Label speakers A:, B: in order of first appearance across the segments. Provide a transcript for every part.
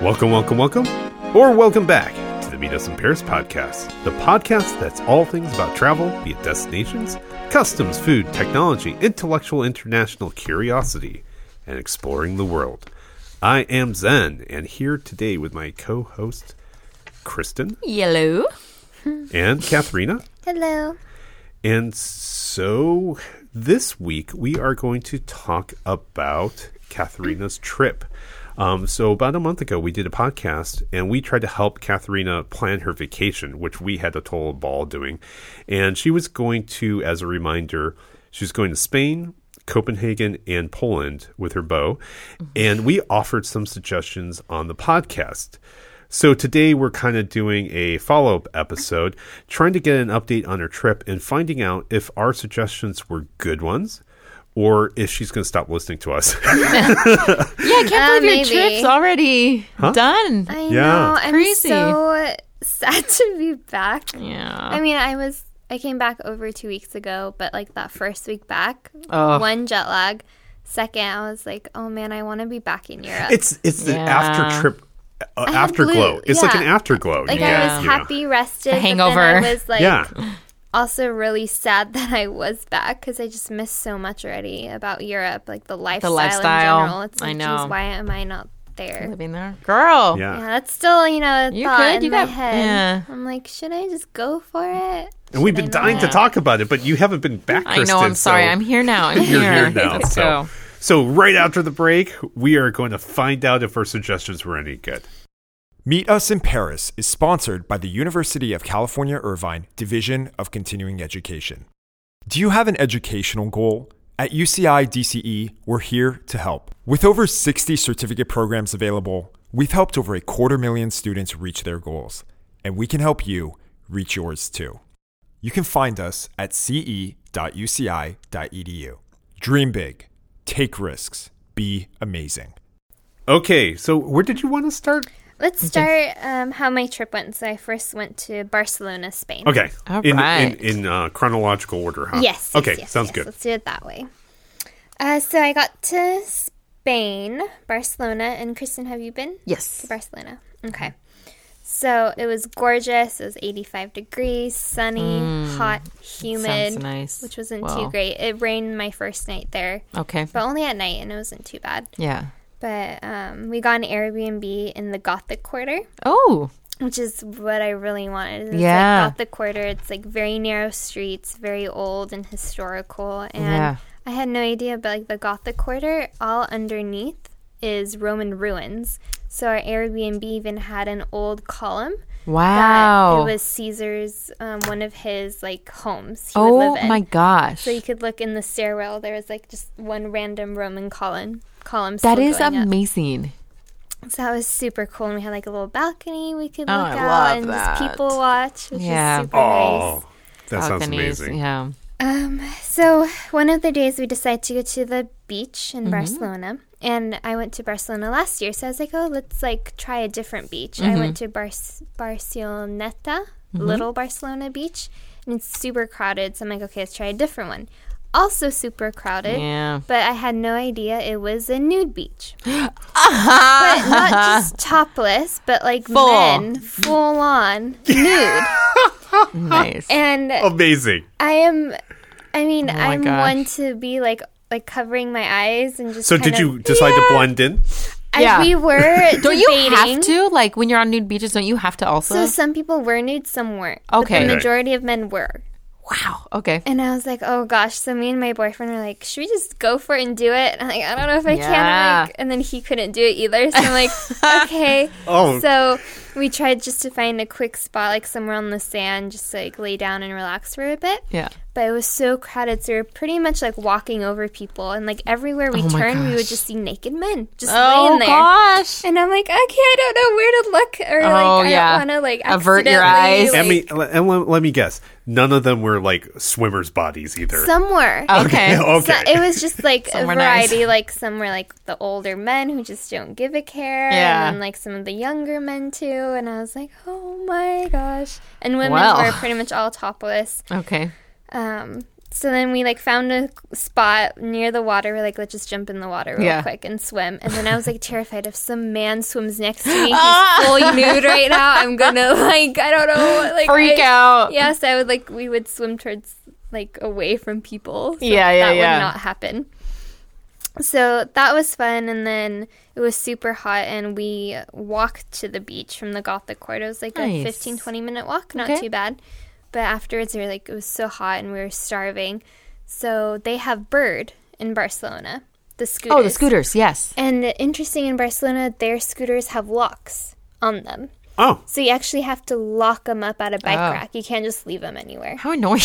A: Welcome, welcome, welcome, or welcome back to the Meet Us in Paris podcast, the podcast that's all things about travel, be it destinations, customs, food, technology, intellectual, international curiosity, and exploring the world. I am Zen, and here today with my co host, Kristen
B: Yellow.
A: and Katharina.
C: Hello.
A: And so this week we are going to talk about Katharina's trip. Um, so about a month ago we did a podcast and we tried to help Katharina plan her vacation, which we had a total ball doing. And she was going to, as a reminder, she was going to Spain, Copenhagen, and Poland with her beau. And we offered some suggestions on the podcast. So today we're kind of doing a follow up episode, trying to get an update on her trip and finding out if our suggestions were good ones or if she's going to stop listening to us.
B: Yeah, I can't
C: Uh,
B: believe your
C: maybe.
B: trip's already done.
C: I
A: Yeah.
C: know. I'm
B: Crazy.
C: so sad to be back.
B: yeah.
C: I mean, I was I came back over 2 weeks ago, but like that first week back,
B: Ugh.
C: one jet lag. Second, I was like, "Oh man, I want to be back in Europe."
A: it's it's the
B: Yeah.
A: after trip uh,
C: had
A: afterglow.
C: blue-
A: It's like
C: yeah.
A: an afterglow.
C: like
A: you
C: I
A: get,
C: was
A: you know.
C: happy, rested, but then
B: hangover.
C: I was like
A: Yeah.
C: also really sad that I was back because I just missed so much already about Europe, like the lifestyle,
B: lifestyle.
C: in general. It's
B: I
C: like,
B: know.
C: geez, why am I not there?
B: Living there. Girl.
A: Yeah.
C: Yeah, that's still you know a
B: You
C: thought
B: could,
C: in
B: you
C: my
B: got-
C: head.
B: yeah.
C: I'm like, should I just go for it?
A: And we've been dying to talk about it, but you haven't been back.
B: I know. I'm
A: Kristen,
B: sorry.
A: so
B: I'm here now. I'm
A: You're here now.
B: Let's
A: so.
B: go.
A: so right after the break, we are going to find out if our suggestions were any good.
D: Meet Us in Paris is sponsored by the University of California Irvine Division of Continuing Education. Do you have an educational goal? At UCI DCE, E, we're here to help. With over 60 certificate programs available, we've helped over a quarter million students reach their goals, and we can help you reach yours too. You can find us at ce.uci.edu. e Dream big, take risks, be amazing.
A: Okay, so where did you want to start?
C: Let's start um, how my trip went. So I first went to Barcelona, Spain.
A: Okay.
B: All
A: in,
B: right.
A: in, in uh, chronological order, huh?
C: Yes. yes,
A: Okay,
C: yes,
A: sounds
C: yes.
A: good.
C: Let's do it that way. Uh, so I got to Spain, Barcelona, and Kristen, have you been?
B: Yes.
C: Barcelona. Okay. So it was gorgeous. It was 85 degrees, sunny, hot, humid,
B: Hmm. nice.
C: which wasn't
B: Wow.
C: too great. It rained my first night there,
B: Okay.
C: but only at night, and it wasn't too bad.
B: Yeah.
C: But um, we got an Airbnb in the Gothic Quarter,
B: Oh.
C: which is what I really wanted. It's
B: Yeah.
C: like Gothic Quarter. It's like very narrow streets, very old and historical. And
B: Yeah.
C: I had no idea, but like the Gothic Quarter, all underneath is Roman ruins. So our Airbnb even had an old column
B: Wow.
C: that it was Caesar's, um, one of his like homes. He would
B: oh
C: live in.
B: my gosh.
C: So you could look in the stairwell. There was like just one random Roman column. Column
B: that
C: still
B: is
C: going up.
B: amazing.
C: So that was super cool, and we had like a little balcony we could look
B: Oh, I
C: out
B: love
C: and
B: that.
C: just people watch, which
B: Yeah.
C: is super nice.
A: Oh, that sounds
B: Balconies,
A: amazing.
B: Yeah.
C: So one of the days we decided to go to the beach
B: Mm-hmm.
C: in Barcelona, and I went to Barcelona last year, so I was like, oh, let's like try a different beach. I went
B: Mm-hmm.
C: to Bar- Barceloneta, Little Barcelona Beach, and it's super crowded. So I'm like, okay, let's try a different one. Also super crowded.
B: Yeah.
C: But I had no idea it was a nude beach. But not just topless, but like
B: Full.
C: men, full on nude.
B: Nice.
C: And
A: Amazing.
C: I am. I mean,
B: Oh. my
C: I'm
B: gosh.
C: one to be like like covering my eyes and just.
A: So
C: kind
A: did
C: of-
A: you decide to blend in?
C: I-
B: Yeah.
C: we were.
B: don't Oh, you
C: debating.
B: have to? Like when you're on nude beaches, don't you have to
C: So
B: also?
C: some people were nude, some weren't.
B: Okay.
C: But
B: Okay.
C: the majority of men were.
B: wow. Okay.
C: And I was like, oh gosh. So me and my boyfriend were like, should we just go for it and do it? And I'm like, I don't know if I can.
B: Yeah.
C: I'm like, and then he couldn't do it either. So I'm like, okay.
A: Oh.
C: So we tried just to find a quick spot, like somewhere on the sand, just to, like lay down and relax for a bit.
B: Yeah.
C: but it was so crowded so we were pretty much like walking over people and like everywhere we
B: Oh my
C: turned we would
B: gosh.
C: just see naked men just
B: Oh
C: laying there
B: gosh.
C: and i'm like okay i don't know where to look or
B: Oh,
C: like
B: yeah.
C: i don't want to like
B: Avert your
C: accidentally,
B: eyes.
C: like,
A: I mean, le- and le- let me guess. None of them were like swimmers' bodies either.
C: somewhere
B: Okay.
C: So
A: okay.
C: it was just like a
B: Somewhere nice.
C: variety, like some were like the older men who just don't give a care,
B: Yeah.
C: and then like some of the younger men too. And I was like, oh my gosh! And women
B: Well.
C: were pretty much all topless.
B: Okay.
C: Um, So then we like found a spot near the water. We're like, let's just jump in the water real
B: Yeah.
C: quick and swim. And then I was like terrified if some man swims next to me, he's full nude right now. I'm gonna like, I don't know, like
B: Freak
C: I-
B: out.
C: Yes, I would like we would swim towards like away from people. So
B: Yeah, yeah,
C: that
B: yeah.
C: Would not happen. So that was fun, and then it was super hot, and we walked to the beach from the Gothic Court. It was like
B: Nice.
C: a 15, 20 minute walk, not
B: Okay.
C: too bad. But afterwards, we were like, it was so hot, and we were starving. So they have bird in Barcelona, the scooters.
B: Oh, the scooters. Yes.
C: And interesting in Barcelona, their scooters have locks on them.
A: Oh,
C: So you actually have to lock them up at a bike
B: Oh.
C: rack. You can't just leave them anywhere.
B: How annoying.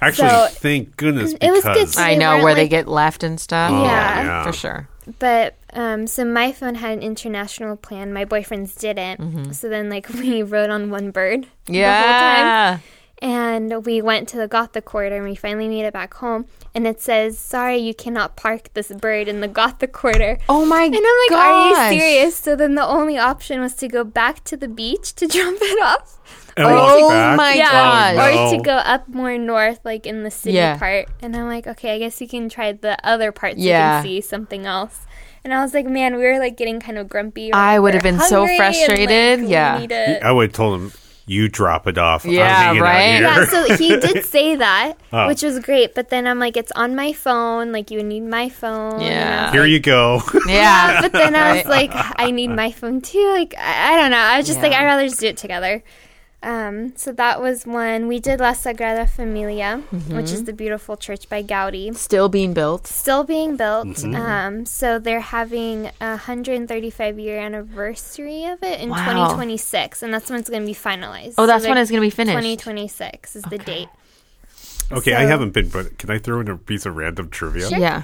A: actually,
C: So-
A: thank goodness
C: It was
A: because
C: good to-
B: I
C: They
B: know
C: weren't,
B: where they
C: like-
B: get left and stuff.
A: Oh,
C: Yeah.
A: yeah.
B: for sure.
C: But um, so my phone had an international plan. My boyfriend's didn't.
B: Mm-hmm.
C: So then, like, we rode on one bird. the whole time.
B: Yeah.
C: And we went to the Gotha corridor and we finally made it back home. And it says, Sorry, you cannot park this bird in the Gotha corridor.
B: Oh my
C: And I'm like,
B: gosh.
C: Are you serious? So then the only option was to go back to the beach to jump it off.
A: And
B: Oh
A: walk back.
B: my
A: Oh,
B: gosh.
A: no.
C: Or to go up more north, like in the city
B: Yeah.
C: part. And I'm like, okay, I guess you can try the other parts.
B: Yeah.
C: You can see something else. And I was like, man, we were like getting kind of grumpy.
B: I
C: Like,
B: would have
C: we're
B: been so
C: hungry and,
B: frustrated.
C: like, we
B: Yeah.
C: need to-
A: I would have told him, you drop it off. I'm
B: Yeah,
A: hanging out
B: right?
A: here."
C: yeah, so he did say that, which was great. But then I'm like, it's on my phone. Like, you would need my phone. And I
B: Yeah.
C: was
A: here you go.
B: Yeah.
C: but then I was like, I need my phone too. Like, I, I don't know. I was just like,
B: Yeah.
C: I'd rather just do it together. Um, so that was one. We did La Sagrada Familia, which
B: Mm-hmm.
C: is the beautiful church by Gaudi.
B: Still being built.
C: Still being built.
B: Mm-hmm.
C: Um, so they're having a 135 year anniversary of it in
B: Wow.
C: 2026. And that's when it's going to be finalized.
B: Oh, that's
C: So
B: when
C: they're-
B: it's gonna be finished.
C: 2026 is the date.
A: okay, I
C: So-
A: haven't been, but can I throw in a piece of random trivia?
B: Yeah.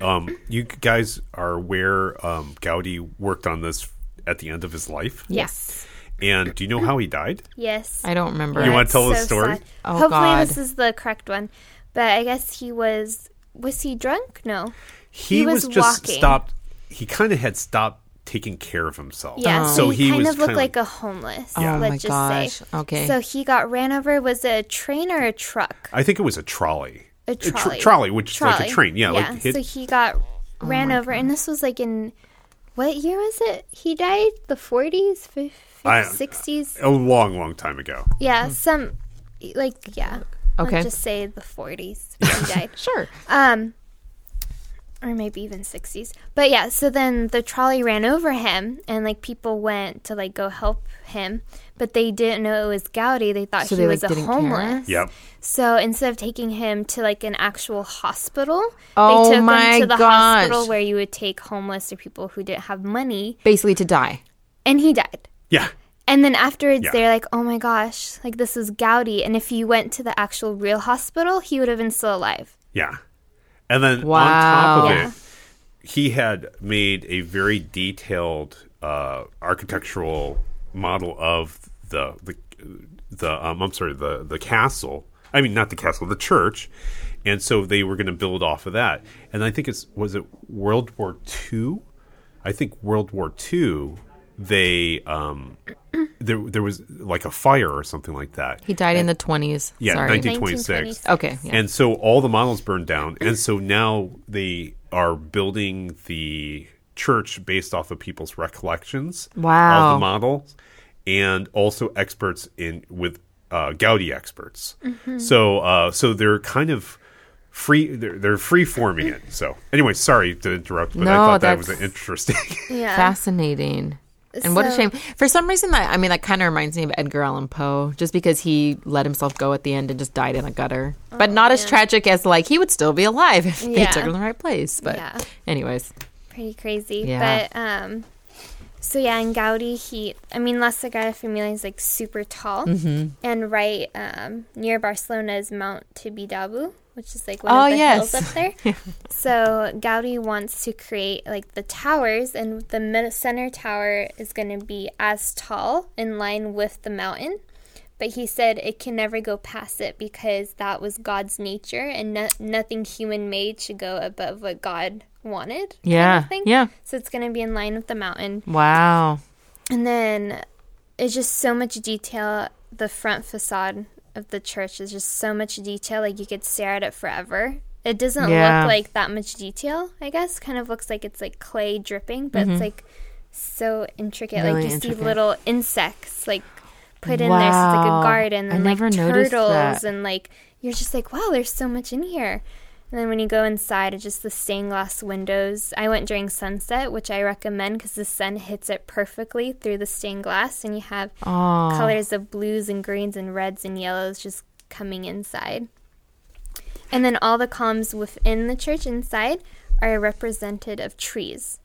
A: Um, you guys are aware um, Gaudi worked on this at the end of his life.
C: Yes.
A: And do you know how he died?
C: Yes.
B: I don't remember.
A: You
C: Yeah,
A: wanna
C: it's
A: tell the story?
B: Oh,
C: Hopefully,
B: God.
C: this is the correct one. But I guess he was. Was he drunk? No.
A: He,
C: He
A: was,
C: was
A: just
C: walking.
A: stopped. He kind of had stopped taking care of himself.
C: Yeah.
A: So,
C: So he,
A: he
C: kind
A: was
C: of looked
A: kinda
C: like a homeless.
B: Yeah. Oh
C: Let's
B: my
C: just say.
B: gosh. Okay.
C: So he got ran over. Was it a train or a truck?
A: I think it was a trolley.
C: A
A: tr-
C: trolley.
A: trolley, which is like a train. Yeah. Like hit, Oh
C: so he got ran over, and this was like in what year was it? He died the forties,
A: I-
C: sixties.
A: a long, long time ago.
C: Yeah. Some like yeah.
B: Okay.
C: Let's just say the forties. He died.
B: Sure.
C: um or maybe even 60s but yeah so then the trolley ran over him and like people went to like go help him but they didn't know it was gaudi they thought
B: So
C: he
B: they,
C: was
B: like,
C: a
B: didn't care?
C: homeless
A: Yep.
C: so instead of taking him to like an actual hospital
B: Oh
C: they took
B: my
C: him to the
B: gosh.
C: hospital where you would take homeless or people who didn't have money
B: Basically to die.
C: and he died
A: Yeah.
C: and then afterwards,
A: Yeah.
C: they're like, "Oh my gosh! Like this was Gaudi." And if he went to the actual real hospital, he would have been still alive.
A: Yeah. And then on
B: Wow.
A: top of
B: Yeah.
A: it, he had made a very detailed uh, architectural model of the the the um, I'm sorry the the castle. I mean, not the castle, the church. And so they were going to build off of that. And I think it's was it World War Two. I think World War Two. They um, there there was like a fire or something like that.
B: He died in the 20s.
A: Yeah,
B: Sorry.
A: 1926.
B: Okay. Yeah.
A: And so all the models burned down. And so now they are building the church based off of people's recollections
B: Wow.
A: of the models and also experts in with uh, Gaudi experts.
B: Mm-hmm.
A: So uh, so they're kind of free they're, they're free forming it. So anyway, sorry to interrupt, but I
B: No,
A: thought that was
B: that's-
A: interesting.
C: Yeah.
B: Fascinating. And what a
C: Um, So-
B: shame. For some reason, that I mean, that kind of reminds me of Edgar Allan Poe, just because he let himself go at the end and just died in a gutter. but not as tragic as like he would still be alive if they
C: Oh, Yeah.
B: took him to the right place. But,
C: Yeah.
B: anyways,
C: pretty crazy.
B: Yeah.
C: But um, so yeah, and Gaudi, he, I mean, La Sagrada Familia is like super tall,
B: Mm-hmm.
C: and right um, near Barcelona is Mount Tibidabo, which is like one
B: Oh,
C: of the
B: yes.
C: hills up there. so Gaudi wants to create like the towers, and the mid- center tower is going to be as tall in line with the mountain. But he said it can never go past it because that was God's nature, and no- nothing human made should go above what God wanted
B: yeah,
C: thing.
B: Uh, yeah.
C: So it's going to be in line with the mountain.
B: Wow.
C: And then it's just so much detail. The front facade of the church is just so much detail. Like you could stare at it forever. It doesn't
B: Yeah.
C: look like that much detail. I guess kind of looks like it's like clay dripping, but it's like so intricate.
B: Mm-hmm. Really
C: like you
B: intricate.
C: see little insects like put in there. So it's like
B: Wow.
C: a garden
B: I
C: and like
B: never
C: turtles
B: noticed that.
C: and like you're just like wow, there's so much in here. And then when you go inside, it's just the stained glass windows. I went during sunset, which I recommend because the sun hits it perfectly through the stained glass, and you have
B: Oh,
C: colors of blues and greens and reds and yellows just coming inside. And then all the columns within the church inside are represented of trees.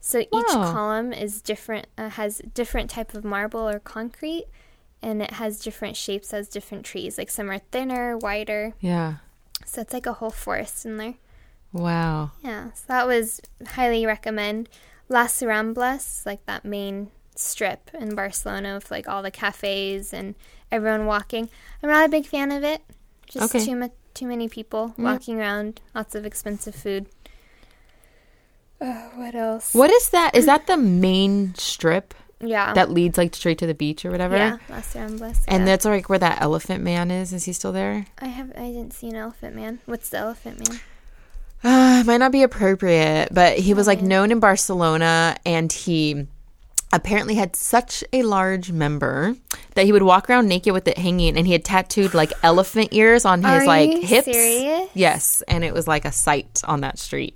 C: So each
B: Wow.
C: column is different, uh, has different type of marble or concrete, and it has different shapes as different trees. Like some are thinner, wider.
B: yeah.
C: So it's like a whole forest in there.
B: Wow.
C: Yeah, so that was highly recommend. Las Ramblas, like that main strip in Barcelona with like all the cafes and everyone walking. I'm not a big fan of it. Just
B: Okay.
C: too much, too many people walking around. Lots of expensive food. Uh, what else?
B: What is that? Is that the main strip
C: Yeah,
B: that leads like straight to the beach or whatever?
C: Oh. yeah, Las Ramblas.
B: And
C: yeah.
B: that's like where that elephant man is. Is he still there?
C: I have I didn't see an elephant man. What's the elephant man?
B: Uh, might not be appropriate, but he was like known in Barcelona and he apparently had such a large member that he would walk around naked with it hanging and he had tattooed like elephant ears on his
C: Are
B: like
C: you
B: hips.
C: serious?
B: Yes, and it was like a sight on that street.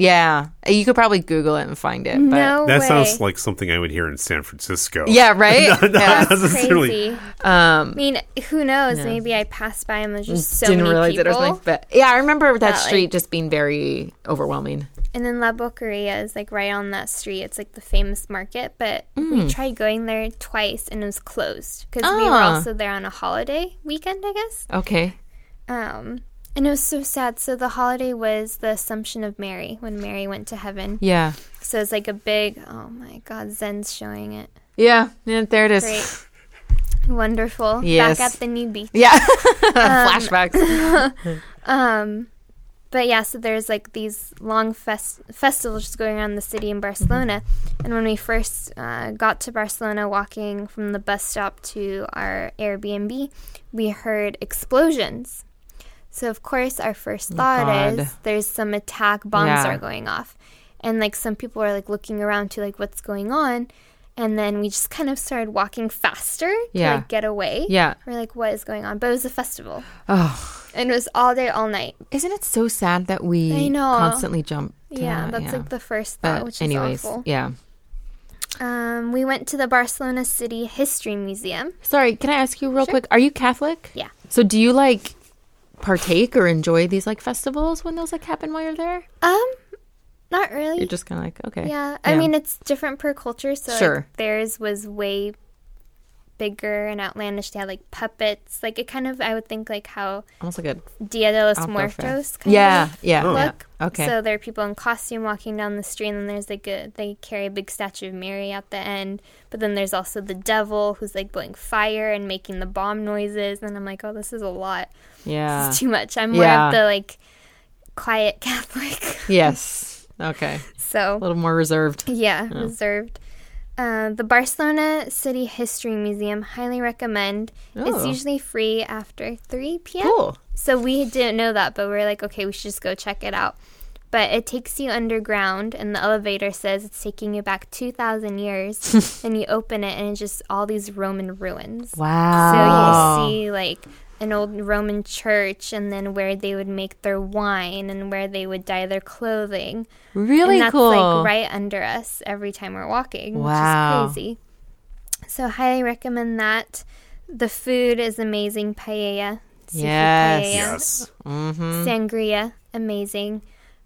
B: Yeah, you could probably Google it and find it. But
C: no
A: That
C: way.
A: sounds like something I would hear in San Francisco.
B: Yeah, right? yeah.
A: Not necessarily.
C: crazy.
B: Um,
C: I mean, who knows? Maybe I passed by and there's just so
B: didn't
C: many
B: realize
C: people.
B: it or something. But yeah, I remember that,
C: like-
B: street just being very overwhelming.
C: And then La Boqueria is like right on that street. It's like the famous market, but
B: Mm.
C: we tried going there twice and it was closed because we were
B: Ah.
C: also there on a holiday weekend, I guess.
B: Okay.
C: Um, and it was so sad. So the holiday was the Assumption of Mary when Mary went to heaven.
B: Yeah.
C: So it's like a big, oh my God, Zen's showing it.
B: Yeah. yeah there it is.
C: Great. Wonderful.
B: Yes.
C: Back at the new beach.
B: Yeah. Flashbacks.
C: Um, but yeah, so there's like these long fest- festivals just going around the city
B: Mm-hmm.
C: in Barcelona. And when we first uh, got to Barcelona, walking from the bus stop to our Airbnb, we heard explosions. So of course, our first thought
B: Oh God.
C: is there's some attack, bombs
B: Yeah.
C: are going off, and like some people are like looking around to like what's going on. And then we just kind of started walking faster
B: Yeah.
C: to like get away.
B: Yeah.
C: We're like, what is going on? But it was a festival.
B: Oh.
C: And it was all day, all night.
B: Isn't it so sad that we
C: I know.
B: constantly jump? to that?
C: Yeah, that's like the first thought,
B: But
C: which
B: anyways,
C: is awful.
B: yeah.
C: Um, we went to the Barcelona City History Museum.
B: Sorry, can I ask you real quick? Are you Catholic?
C: Yeah.
B: So do you like partake or enjoy these like festivals when those like happen while you're there?
C: Um, not
B: You're
C: really.
B: just kind of like okay.
C: Yeah, I mean it's different per culture. So like,
B: Sure.
C: theirs was way bigger and outlandish. They had like puppets. Like it kind of, I would think like how
B: almost like a
C: Dia de los
B: Alcofer.
C: Muertos. Kind
B: yeah,
C: Of
B: yeah, Oh, yeah.
C: Look.
B: Okay.
C: So there are people in costume walking down the street, and then there's like a they carry a big statue of Mary at the end. But then there's also the devil who's like blowing fire and making the bomb noises. And I'm like, oh, this is a lot.
B: yeah.
C: It's too much. I'm more
B: Uh, Yeah.
C: of the like quiet Catholic.
B: yes. Okay. A
C: so
B: little more reserved.
C: yeah, reserved. Uh, the Barcelona City History Museum highly recommend. It's
B: Oh.
C: usually free after 3 p.m.
B: Cool.
C: So we didn't know that, but we are like, okay, we should just go check it out. But it takes you underground, and the elevator says it's taking you back 2,000 years. and you open it, and it's just all these Roman ruins. So
B: Wow.
C: you see like an old Roman church, and then where they would make their wine, and where they would dye their clothing.
B: really
C: and that's
B: cool.
C: like right under us every time we're walking,
B: Wow.
C: which is crazy. So highly recommend that. The food is amazing, paella. seafood
B: Yes.
C: paella
A: Yes. Mm-hmm.
C: sangria amazing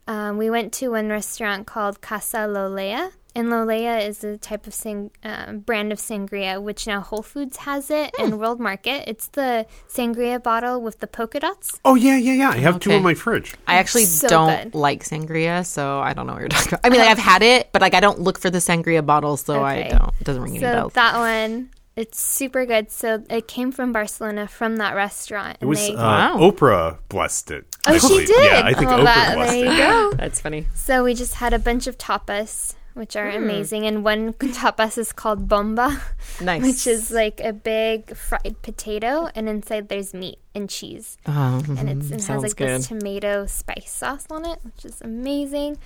C: um, we went to one restaurant called casa lolea and lolea is a type of sang- uh, brand of sangria which now whole foods has it
A: Hmm.
C: and world market it's the sangria bottle with the polka dots
A: Oh yeah, yeah, yeah. I have two
B: Okay.
A: in my fridge.
B: I actually
C: So
B: don't
C: good.
B: like sangria, so I don't know what you're talking about. I mean, like, I've had it, but like I don't look for the sangria bottle, so I
C: Okay.
B: don't. It doesn't ring any
C: so
B: bells.
C: that one it's super good so it came from barcelona from that restaurant
A: It was uh,
C: they-
A: Oprah blessed it.
C: Oh, she
A: actually.
C: did.
A: Yeah, I think
C: Well,
A: Oprah
C: that-
A: blessed
C: there you
A: it.
C: go.
B: That's funny.
C: So we just had a bunch of tapas. which
A: Hmm.
C: are amazing. And one tapas is called bomba,
B: Nice.
C: which is like a big fried potato, and inside there's meat and cheese.
B: Um,
C: and it's, it has
B: sounds
C: like
B: good.
C: this tomato spice sauce on it, which is amazing.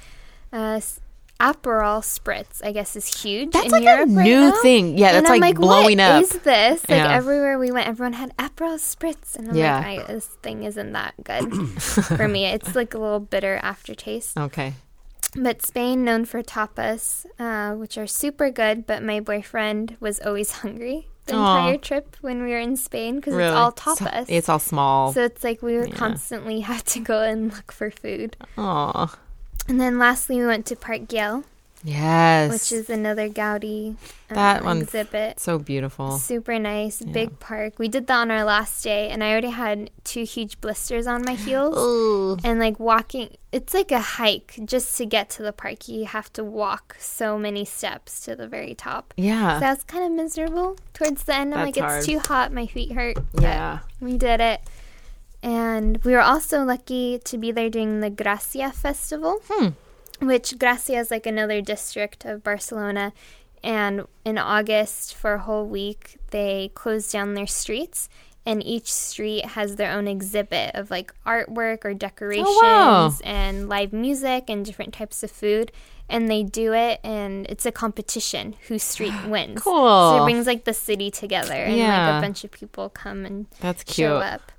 C: Uh, s- Aperol spritz, I guess, is huge
B: That's
C: in
B: like a
C: Europe right
B: new
C: now.
B: thing. Yeah,
C: And
B: that's,
C: I'm
B: like,
C: like,
B: blowing
C: what
B: up.
C: Is this like
B: Yeah.
C: everywhere we went? Everyone had Aperol spritz, and I'm
B: Yeah.
C: like, I, this thing isn't that good for me. It's like a little bitter aftertaste.
B: okay.
C: But Spain, known for tapas, uh, which are super good. But my boyfriend was always hungry the
B: Aw.
C: entire trip when we were in Spain because
B: Really?
C: it's all
B: So-
C: tapas.
B: It's all small.
C: So it's like we would constantly have to go and look for food.
B: Aw.
C: And then lastly, we went to Park Gill,
B: Yes.
C: which is another Gaudi uh,
B: That one's-
C: exhibit.
B: so beautiful.
C: Super nice, big park. We did that on our last day, and I already had two huge blisters on my heels. And like walking, it's like a hike just to get to the park. You have to walk so many steps to the very top. So
B: Yeah.
C: that was kind of miserable towards the end. I'm
B: That's
C: like,
B: hard.
C: it's too hot. My feet hurt. but
B: Yeah.
C: we did it. And we were also lucky to be there during the Gracia Festival,
B: Hmm.
C: which Gracia is like another district of Barcelona. And in August, for a whole week, they close down their streets. And each street has their own exhibit of like artwork
B: Oh,
C: or decorations and live music and different types of food. And they do it, and it's a competition whose street wins. So
B: Cool.
C: it brings like the city together, and like
B: Yeah.
C: a bunch of people come and
B: That's cute.
C: show up.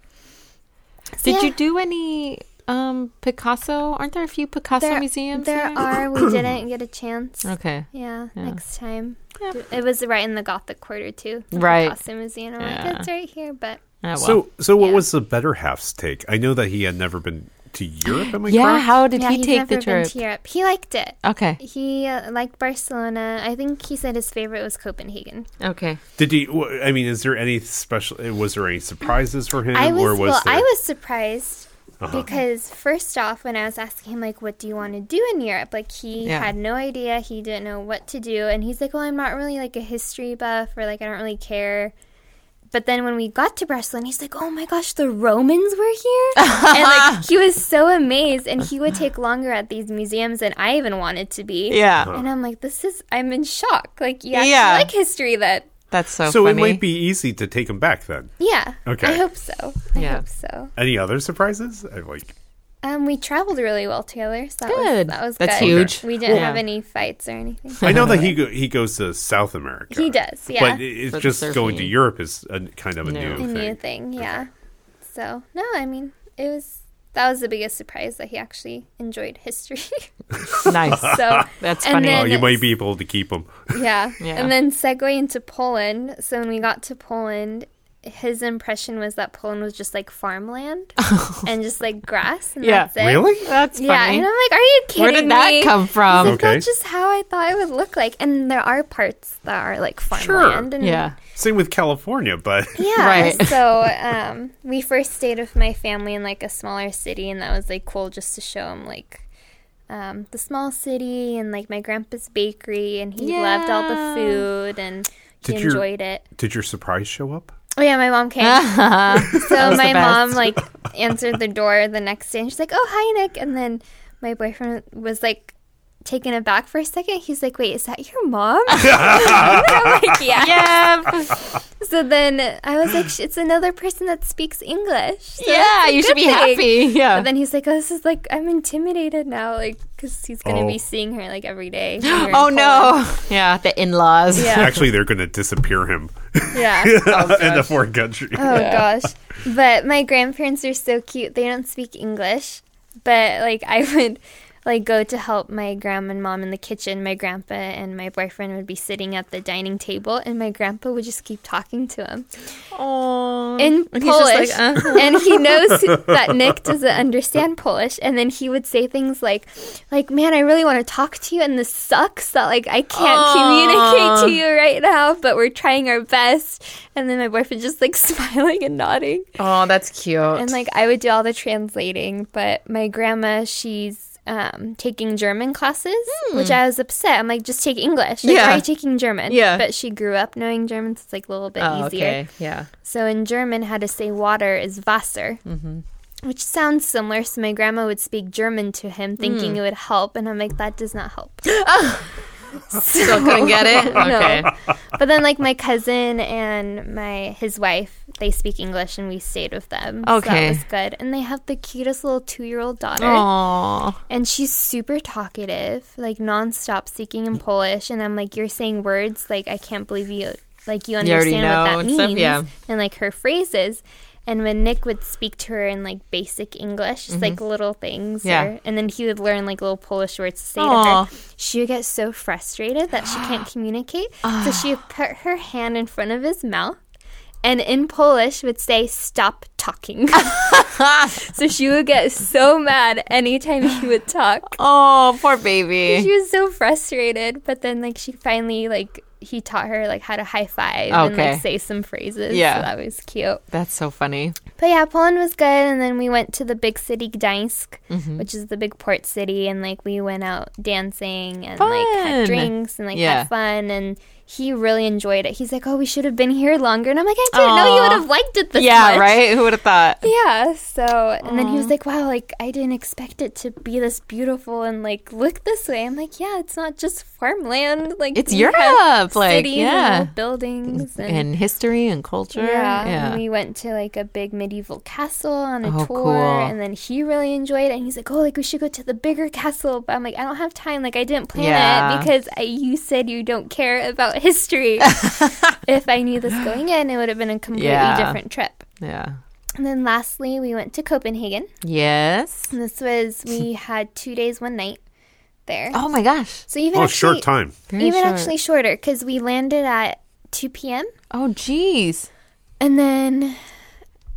B: Did
C: Yeah.
B: you do any um Picasso? Aren't there a few Picasso museums?
C: there are. We didn't get a chance.
B: Okay. Oh,
C: Yeah,
B: Yeah.
C: next time.
B: Yeah.
C: D- It was right in the Gothic Quarter too. the
B: Right.
C: Picasso Museum. I'm
B: Yeah.
C: like, it's right here, but
B: Ah, well.
A: So, so what
C: Yeah.
A: was the better half's take? I know that he had never been to Europe. Am I
B: yeah,
A: correct?
B: how did
C: yeah,
B: he
C: he's
B: take
C: never
B: the
C: been
B: trip?
C: to Europe. He liked it.
B: Okay.
C: He uh, liked Barcelona. I think he said his favorite was Copenhagen.
B: Okay.
A: Did he? wh- I mean, is there any special? Was there any surprises for him,
C: I was,
A: or was
C: well,
A: there?
C: I was surprised because first off, when I was asking him like, "What do you want to do in Europe?" like he
B: Yeah.
C: had no idea. He didn't know what to do, and he's like, "Well, I'm not really like a history buff, or like I don't really care." But then when we got to Barcelona, he's like, "Oh my gosh, the Romans were here!" and like he was so amazed, and he would take longer at these museums than I even wanted to be.
B: Yeah.
C: And I'm like, "This is," I'm in shock. Like, you actually
B: Yeah.
C: like history that
B: That's so,
A: so it
B: funny.
A: might be easy to take him back then.
C: yeah.
A: Okay.
C: I hope so. I
B: Yeah.
C: hope so.
A: Any other surprises? I like.
C: Um, we traveled really well together. So that
B: Good.
C: Was, that was
B: That's
C: good.
B: huge.
C: We didn't
B: Yeah.
C: have any fights or anything.
A: I know that he go, he goes to South America.
C: He does, yeah.
A: But it- it's
B: But
A: just going to
B: surfing.
A: Europe is a, kind of a
B: No.
A: new
C: A
A: thing.
C: new thing, yeah. So no, I mean it was that was the biggest surprise that he actually enjoyed history.
B: nice.
C: so
B: That's
C: And
B: funny.
A: Oh,
C: then-
A: you might be able to keep him.
C: yeah.
B: Yeah.
C: and then segue into Poland. So when we got to Poland. His impression was that Poland was just like farmland and just like grass. And
B: Yeah.
C: that's it.
A: Really?
B: That's
C: Yeah,
B: funny.
C: and I'm like, are you kidding
B: Where did that
C: me?
B: come from?
A: Okay.
C: Um, That's just how I thought it would look like. And there are parts that are like
A: Sure.
C: farmland. And
B: Yeah.
A: Same with California, but
C: Yeah.
B: Right.
C: So um, we first stayed with my family in like a smaller city, and that was like cool just to show him like um, the small city and like my grandpa's bakery, and he loved all
B: Yeah.
C: the food and he
A: Did your-
C: enjoyed it.
A: did your surprise show up?
C: Oh yeah, my mom came. so
B: was the best.
C: my mom like answered the door the next day, and she's like, "Oh hi Nick," and then my boyfriend was like taken aback for a second. He's like, "Wait, is that your mom?" I'm like, "Yeah."
B: Yeah.
C: So then I was like, "Sh- "It's another person that speaks English." So
B: yeah.
C: that's a
B: You should
C: good
B: be
C: thing.
B: happy. Yeah.
C: But then he's like, "Oh, this is like I'm intimidated now, like because he's gonna
A: Oh.
C: be seeing her like every day." when we're in
B: oh
C: Poland."
B: no. Yeah. The in-laws.
C: Yeah.
A: Actually, they're going to disappear him
C: Yeah.
A: in the foreign country.
C: Oh gosh. But my grandparents are so cute. They don't speak English, but like I would like go to help my grandma and mom in the kitchen. My grandpa and my boyfriend would be sitting at the dining table and my grandpa would just keep talking to him
B: Aw.
C: in
B: And he's just
C: Polish.
B: like, uh-huh.
C: And he knows that Nick doesn't understand Polish and then he would say things like like man, I really want to talk to you and this sucks that like I can't communicate to you right now, but we're trying our best. And then my boyfriend just like smiling and nodding.
B: Oh, that's cute.
C: And like I would do all the translating, but my grandma, she's um, taking German classes, which I was upset. I'm like, just take English. Like,
B: Hmm. Yeah.
C: Why are you taking German?
B: Yeah.
C: But she grew up knowing German, so it's like a little bit
B: oh,
C: easier.
B: okay. Yeah.
C: So in German, how to say water is Wasser,
B: Mm-hmm.
C: which sounds similar.
B: Hmm.
C: So my grandma would speak German to him, thinking it would help, and I'm like, that does not help.
B: Still couldn't get it?
C: No.
B: Okay.
C: But then, like my cousin and my his wife, they speak English, and we stayed with them. so
B: Okay.
C: that was good. And they have the cutest little two-year-old daughter,
B: Aww.
C: and she's super talkative, like nonstop speaking in Polish. And I'm like, you're saying words like I can't believe you, like you
B: You already
C: understand what
B: know
C: that
B: and
C: means,
B: stuff, yeah.
C: and like her phrases. And when Nick would speak to her in like basic English, just like little things,
B: Mm-hmm. Yeah.
C: or- and then he would learn like little Polish words to say
B: Aw.
C: to her, she would get so frustrated that she can't communicate. so she
B: Ah.
C: would put her hand in front of his mouth and in Polish would say, Stop talking. so she would get so mad anytime he would talk.
B: Oh, poor
C: She
B: baby.
C: was so frustrated, but then like she finally like he taught her like how to high five and
B: Okay.
C: like say some phrases.
B: Yeah.
C: So that was cute.
B: That's so funny.
C: But yeah, Poland was good, and then we went to the big city Gdańsk,
B: Mm-hmm.
C: which is the big port city, and like we went out dancing and like
B: Fun.
C: had drinks and like
B: Yeah.
C: had fun, and he really enjoyed it. He's like, "Oh, we should have been here longer," and I'm like, "I didn't know you
B: Aw.
C: would have liked it this
B: yeah,
C: much."
B: right? Who would have thought?
C: Yeah. So, and then he was like, "Wow, like I didn't expect it to be this beautiful and like look this way." I'm like, "Yeah, it's not just farmland. Like
B: It's
C: we have
B: Europe, like,
C: cities
B: yeah.
C: and little buildings and."
B: And history and culture.
C: Yeah,
B: Yeah.
C: And we went to like a big medieval castle on a
B: Oh,
C: tour,
B: cool.
C: and then he really enjoyed it. And he's like, "Oh, like we should go to the bigger castle," but I'm like, "I don't have time. Like I didn't plan
B: Yeah.
C: it because I, you said you don't care about history. if I knew this going in, it would have been a completely
B: Yeah.
C: different trip."
B: yeah.
C: And then lastly, we went to Copenhagen.
B: Yes.
C: And this was we had two days, one night there.
B: Oh my gosh.
C: So even
A: Oh,
C: actually,
A: short time.
B: Very
C: even
B: short.
C: actually shorter because we landed at two p.m.
B: Oh, geez.
C: And then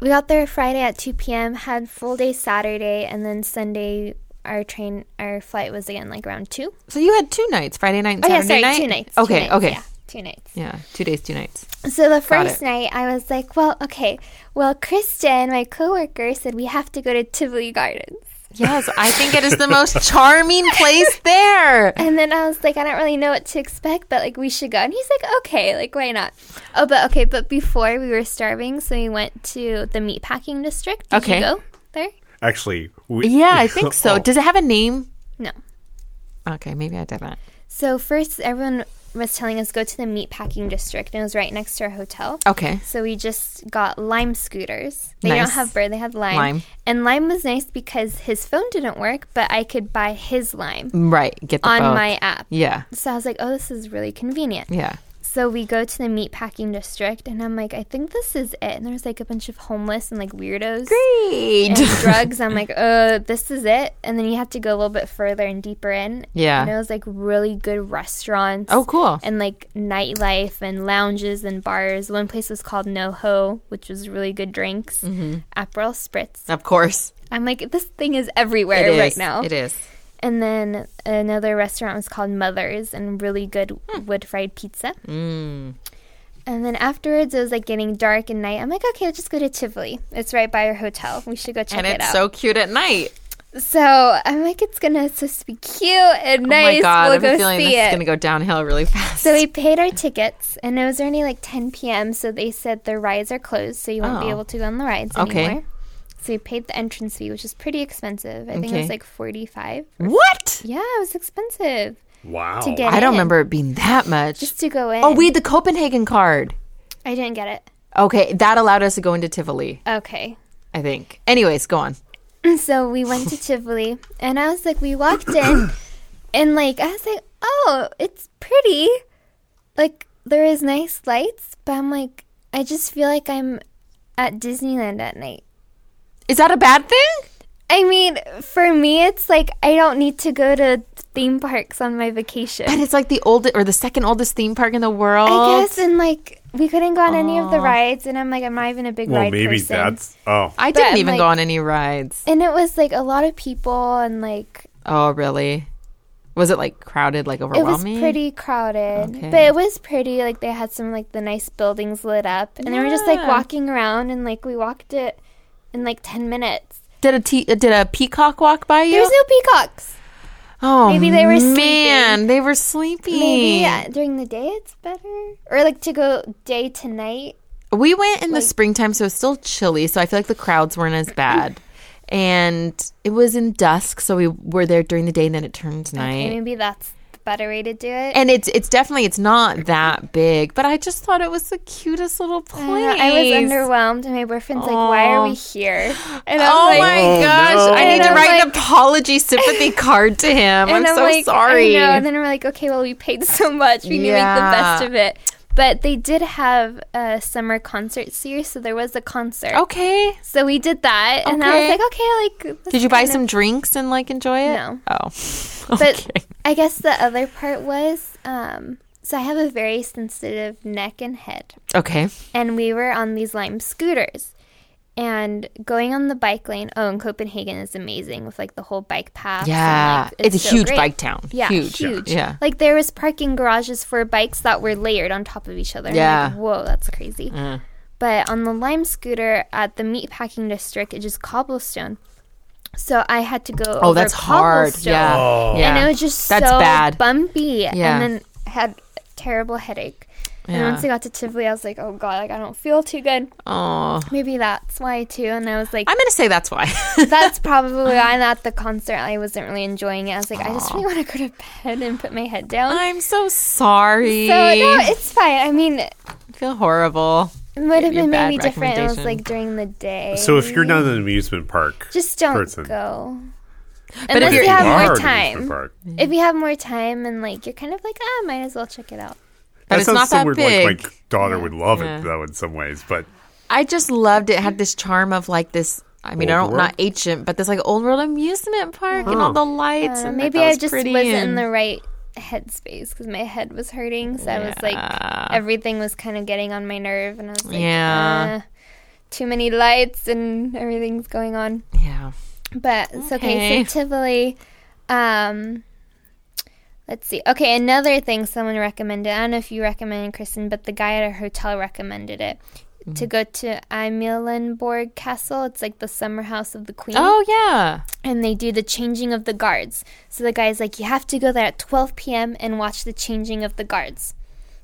C: we got there Friday at 2 p.m., had full day Saturday, and then Sunday our train our flight was again like around 2.
B: So you had two nights, Friday night and
C: Oh yeah,
B: Saturday
C: sorry,
B: night?
C: two nights. two
B: Okay,
C: nights,
B: okay.
C: Yeah, two nights.
B: yeah. Two days, two nights.
C: So the
B: Got
C: first
B: it.
C: night I was like, well, okay. Well, Kristen, my coworker said we have to go to Tivoli Gardens.
B: Yes, I think it is the most charming place there.
C: And then I was like, I don't really know what to expect, but like we should go. And he's like, okay, like why not? Oh, but okay, but before we were starving, so we went to the meatpacking district. Did
B: Okay.
C: you go there?
A: Actually, we,
B: Yeah, I think so.
A: Oh,
B: Does it have a name?
C: No.
B: Okay, maybe I didn't.
C: So first, everyone was telling us go to the meatpacking district, and it was right next to our hotel.
B: Okay.
C: So we just got lime scooters. They
B: Nice.
C: don't have bird; they had lime.
B: Lime.
C: And lime was nice because his phone didn't work, but I could buy his lime
B: Right. Get the
C: on
B: boat.
C: my app.
B: Yeah.
C: So I was like, oh, this is really convenient.
B: Yeah.
C: So we go to the meatpacking district, and I'm like, I think this is it. And there's like a bunch of homeless and like weirdos.
B: Great.
C: and drugs. I'm like, uh, this is it. And then you have to go a little bit further and deeper in.
B: Yeah.
C: And it was like really good restaurants.
B: Oh, cool.
C: And like nightlife and lounges and bars. One place was called NoHo, which was really good drinks. Mm-hmm. Aperol Spritz.
B: Of course.
C: I'm like, this thing is everywhere
B: It is.
C: right now.
B: It is.
C: And then another restaurant was called Mother's and really good
B: Hmm.
C: wood fried pizza. Mm. And then afterwards, it was like getting dark and night. I'm like, okay, let's just go to Tivoli. It's right by our hotel. We should go check
B: And
C: it
B: it's
C: out.
B: so cute at night. Oh
C: So I'm like, it's gonna it's supposed to be cute and
B: Oh
C: nice.
B: my god,
C: we'll
B: I'm
C: go
B: feeling
C: see
B: this is
C: it.
B: gonna go downhill really fast.
C: so we paid our tickets, and it was only like 10 p.m. So they said the rides are closed, so you won't
B: Oh.
C: be able to go on the rides
B: Okay.
C: anymore. So we paid the entrance fee, which is pretty expensive. I think it
B: Okay.
C: was like 45.
B: what?
C: Yeah, it was expensive
A: Wow.
C: to get.
B: Oh, I don't
C: in,
B: remember it being that much.
C: Just to go in.
B: oh, we had the Copenhagen card.
C: I didn't get it.
B: Okay, that allowed us to go into Tivoli,
C: Okay.
B: I think. Anyways, go on.
C: So we went to Tivoli, and I was like, we walked in, and like I was like, oh, it's pretty. Like there is nice lights, but I'm like, I just feel like I'm at Disneyland at night.
B: Is that a bad thing?
C: I mean, for me, it's like I don't need to go to theme parks on my vacation.
B: And it's like the oldest or the second oldest theme park in the world.
C: I guess, and like we couldn't go on any of the rides, and I'm like, I'm not even a big
A: Well,
C: ride
A: maybe
C: person.
A: that's. Oh,
B: I
C: But
B: didn't
C: I'm
B: even
C: like-
B: go on any rides.
C: And it was like a lot of people, and like
B: Oh, really? Was it like crowded, like
C: It was
B: overwhelming?
C: pretty crowded,
B: Okay.
C: but it was pretty. Like they had some like the nice buildings lit up, and then we were just like
B: Yeah.
C: walking around, and like we walked it in like ten minutes.
B: Did a te- uh, did a peacock walk by you?
C: There was no peacocks.
B: oh,
C: maybe they were
B: man, they were sleeping.
C: Maybe uh, during the day it's better, or like to go day to night.
B: We went in the springtime, so it was still chilly. So I feel like the crowds weren't as bad, and it was in dusk, so we were there during the day. and Then it turned night.
C: Maybe that's better way to do it.
B: And it's it's definitely it's not that big, but I just thought it was the cutest little place.
C: I don't know, I was underwhelmed, and my boyfriend's like, "Why are
B: Aw.
C: we here?" And I'm
B: Oh
C: like,
B: my
A: Oh,
B: gosh!
A: no.
B: I need
C: And
B: to
C: I'm
B: write an
C: like-
B: apology sympathy card to him. I'm,
C: and
B: so
C: like,
B: sorry.
C: I know. And then we're like, okay, well, we paid so much. We
B: Yeah.
C: need to make the best of it. But they did have a summer concert series, so there was a concert.
B: okay.
C: So we did that, and I
B: Oh. Okay.
C: was like, okay, like. let's
B: Did you buy
C: kind of-
B: some drinks and like enjoy it?
C: No.
B: Oh.
C: But
B: okay.
C: I guess the other part was, um, so I have a very sensitive neck and head,
B: Okay.
C: and we were on these lime scooters. And going on the bike lane, oh, and Copenhagen is amazing with like the whole bike path.
B: Yeah. it's, a
C: so
B: huge
C: great.
B: bike town.
C: Yeah,
B: Huge.
C: huge.
B: Yeah.
C: Like there was parking garages for bikes that were layered on top of each other. I'm
B: Yeah. Mm.
C: Like, Whoa, that's crazy. But on the Lime scooter at the meatpacking district, it's just cobblestone. So I had to go.
B: Oh,
C: over
B: that's hard.
C: cobblestone.
B: Yeah.
A: Oh.
B: yeah.
C: And it was just
B: That's
C: so
B: bad.
C: bumpy.
B: Yeah.
C: And then I had a terrible headache. And
B: Yeah.
C: once I got to Tivoli, I was like, oh God, like I don't feel too good.
B: Oh.
C: Maybe that's why too. And I was like,
B: I'm gonna say that's why.
C: that's probably why. And at the concert, I wasn't really enjoying it. I was like, I just really want to go to bed and put my head down.
B: I'm so sorry.
C: So no, it's fine. I mean, it
B: I feel horrible.
C: would have
B: Your
C: been
B: bad
C: maybe different. if It was
B: recommendation.
C: like during the day.
A: So if you're not in an amusement park,
C: just don't
A: person.
C: go.
B: if
C: Unless
B: you're-
C: you
A: you
C: have
A: are
C: more
A: in an amusement
C: time.
A: park.
C: If you have more time and like you're kind of like ah, might as well check it out.
B: But
A: that
B: it's
A: sounds
B: not
A: so
B: that
A: weird. Like
B: big.
A: my daughter would love
B: Yeah.
A: it though in some ways, but
B: I just loved it. It Had this charm of like this. I mean, I
A: Old
B: don't not
A: world?
B: ancient, but this like old world amusement park and all
A: Huh.
B: the lights.
C: Uh,
B: and
C: maybe
B: that
C: I
B: was
C: just
B: pretty
C: wasn't in
B: and-
C: the right headspace because my head was hurting. So I was
B: Yeah.
C: like, everything was kind of getting on my nerve, and I was like,
B: Yeah.
C: yeah. Too many lights and everything's going on.
B: yeah.
C: But it's
B: Okay.
C: okay. So Tivoli, um, let's see. Okay, another thing someone recommended. I don't know if you recommended Kristen, but the guy at our hotel recommended it
B: Mm-hmm.
C: to go to Amelienborg Castle. It's like the summer house of the queen,
B: Oh yeah.
C: and they do the changing of the guards. So the guy's like, you have to go there at 12 p.m. and watch the changing of the guards.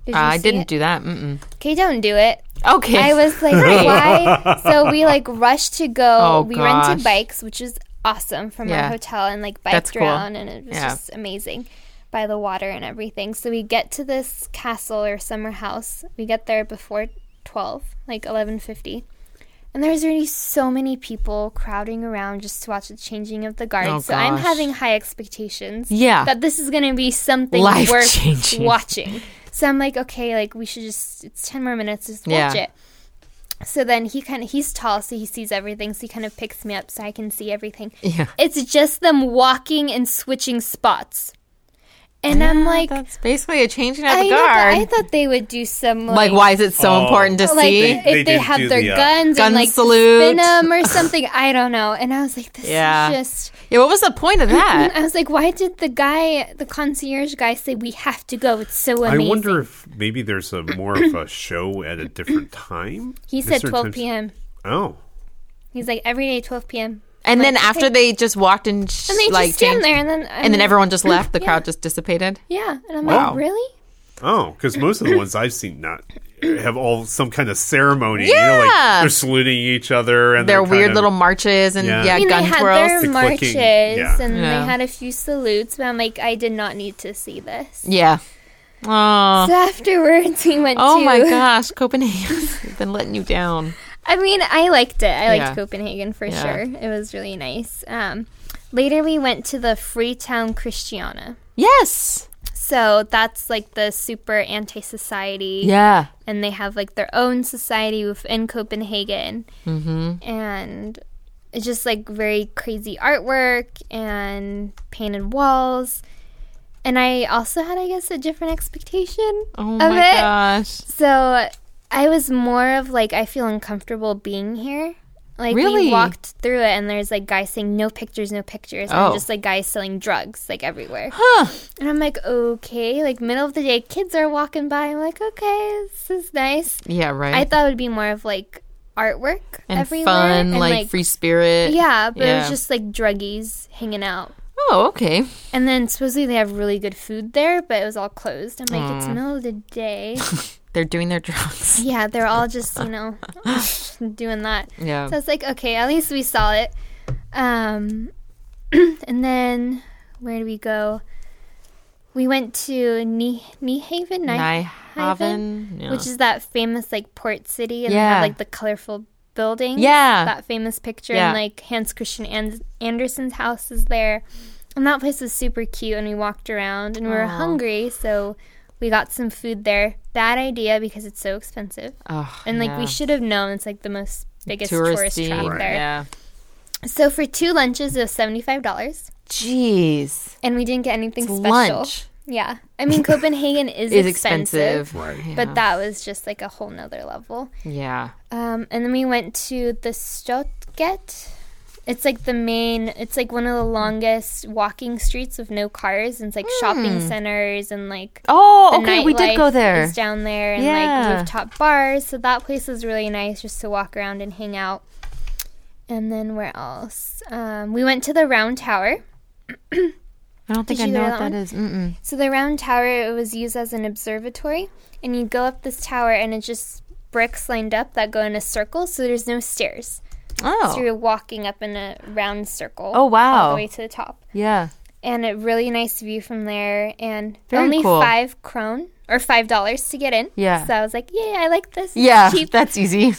C: Did you
B: I
C: see
B: didn't
C: it?
B: do that. Mm-mm.
C: Okay, don't do it.
B: Okay.
C: I was like, why? So we like rushed to go.
B: Oh,
C: we
B: gosh.
C: rented bikes, which is awesome from
B: Yeah.
C: our hotel, and like biked
B: That's cool.
C: around, and it was
B: Yeah.
C: just amazing by the water and everything. So we get to this castle or summer house. We get there before twelve, like eleven fifty. And there's already so many people crowding around just to watch the changing of the guards.
B: Oh,
C: so I'm
B: gosh.
C: having high expectations.
B: Yeah.
C: That this is going to be something
B: Life
C: worth
B: changing.
C: watching. So I'm like, okay, like we should just, it's 10 more minutes, just watch
B: Yeah.
C: it. So then he kind of he's tall, so he sees everything. So he kind of picks me up, so I can see everything.
B: Yeah.
C: It's just them walking and switching spots, and I'm
B: Yeah,
C: like,
B: Ah, that's basically a changing of
C: I,
B: the
C: know,
B: guard.
C: but I thought they would do some
B: like,
C: like,
B: why is it so
A: Oh.
B: important to
C: like
B: see?
C: if
A: They
C: they,
A: did
C: have
A: do
C: their
A: the, uh,
C: guns
B: gun
C: and like
B: salute.
C: spin them or something. I don't know. And I was like, this
B: Yeah.
C: is just.
B: yeah. What was the point of that?
C: I was like, why did the guy, the concierge guy, say we have to go? It's so
A: I
C: amazing.
A: wonder if maybe there's a more of a show at a different time.
C: He
A: Is
C: said
A: there
C: 12
A: times-
C: p.m.
A: Oh,
C: He's like every day 12 p.m.
B: and then
C: like,
B: after they just walked and, sh-
C: And they
B: like
C: just stand
B: changed-
C: there, Mm, and then
B: and then everyone just left. The crowd just dissipated.
C: Yeah, and I'm
A: Wow.
C: like, really?
A: oh, because most of the ones I've seen not have all some kind of ceremony. You know,
B: Yeah.
A: like they're saluting each other and
B: Their
A: they're
B: weird
A: kind of-
B: little marches and yeah,
A: Yeah. I
C: I mean,
B: gun
C: they had
B: twirls.
C: their
A: The
C: marches,
A: clicking, yeah.
C: and
B: Yeah.
C: they had a few salutes, but I'm like, I did not need to see this.
B: yeah. Oh.
C: So afterwards, we went.
B: Oh
C: to,
B: my gosh, Copenhagen has been letting you down.
C: I mean, I liked it. I liked
B: Yeah.
C: Copenhagen for
B: Yeah.
C: sure. It was really nice. Um, later, we went to the Freetown Christiana.
B: Yes.
C: So that's like the super anti-society.
B: Yeah.
C: and they have like their own society within Copenhagen, mm-hmm. and it's just like very crazy artwork and painted walls. And I also had, I guess, a different expectation
B: Oh
C: of
B: my
C: it.
B: gosh.
C: So I was more of like, I feel uncomfortable being here. Like
B: Really?
C: we walked through it, and there's like guys saying no pictures, no pictures,
B: Oh.
C: and just like guys selling drugs like everywhere.
B: Huh.
C: And I'm like, okay, like middle of the day, kids are walking by. I'm like, okay, this is nice.
B: Yeah, right.
C: I thought it would be more of like artwork
B: and
C: everywhere
B: fun,
C: and,
B: like, free spirit.
C: Yeah, but it
B: Yeah.
C: was just like druggies hanging out.
B: Oh, okay.
C: And then supposedly they have really good food there, but it was all closed. I'm like, it's middle of the day.
B: They're doing their drugs.
C: yeah, they're all just you know doing that.
B: Yeah.
C: So it's like, okay, at least we saw it. Um, and then where do we go? We went to New Haven, Ny-
B: Nyhaven? Yeah.
C: which is that famous like port city, and they
B: Yeah.
C: have like the colorful buildings.
B: Yeah.
C: that famous picture,
B: Yeah.
C: and like Hans Christian An- Andersen's house is there, and that place was super cute. And we walked around, and we were hungry, so we got some food there. Bad idea because it's so expensive,
B: Oh,
C: and like we
B: yeah.
C: should have known it's like the most biggest tourist
B: touristy.
C: trap there.
B: Yeah.
C: So for two lunches, it was seventy five dollars,
B: Jeez.
C: and we didn't get anything
B: It's
C: special.
B: lunch.
C: Yeah, I mean Copenhagen is,
B: Is
C: expensive,
A: Right.
B: expensive. Yeah.
C: but that was just like a whole nother level.
B: Yeah.
C: Um, and then we went to the Stuttgart. It's like the main. It's like one of the longest walking streets with no cars, and it's like shopping centers and like.
B: Hmm. Oh,
C: the
B: okay. We did
C: nightlife
B: go there.
C: Is down there and
B: Yeah.
C: like rooftop bars. So that place was really nice just to walk around and hang out. And then where else? Um, we went to the Round Tower.
B: I don't think
C: Did
B: I
C: you
B: know what
C: go that
B: that
C: one?
B: is. Mm-mm.
C: So the round tower it was used as an observatory, and you go up this tower, and it's just bricks lined up that go in a circle. So there's no stairs. So
B: Oh.
C: you're walking up in a round circle.
B: Oh, wow.
C: All the way to the top,
B: Yeah.
C: and a really nice view from there. And
B: Very
C: only
B: cool.
C: five krone or five dollars to get in.
B: Yeah.
C: So I was like, yeah, I like this. It's
B: Yeah.
C: cheap.
B: That's easy.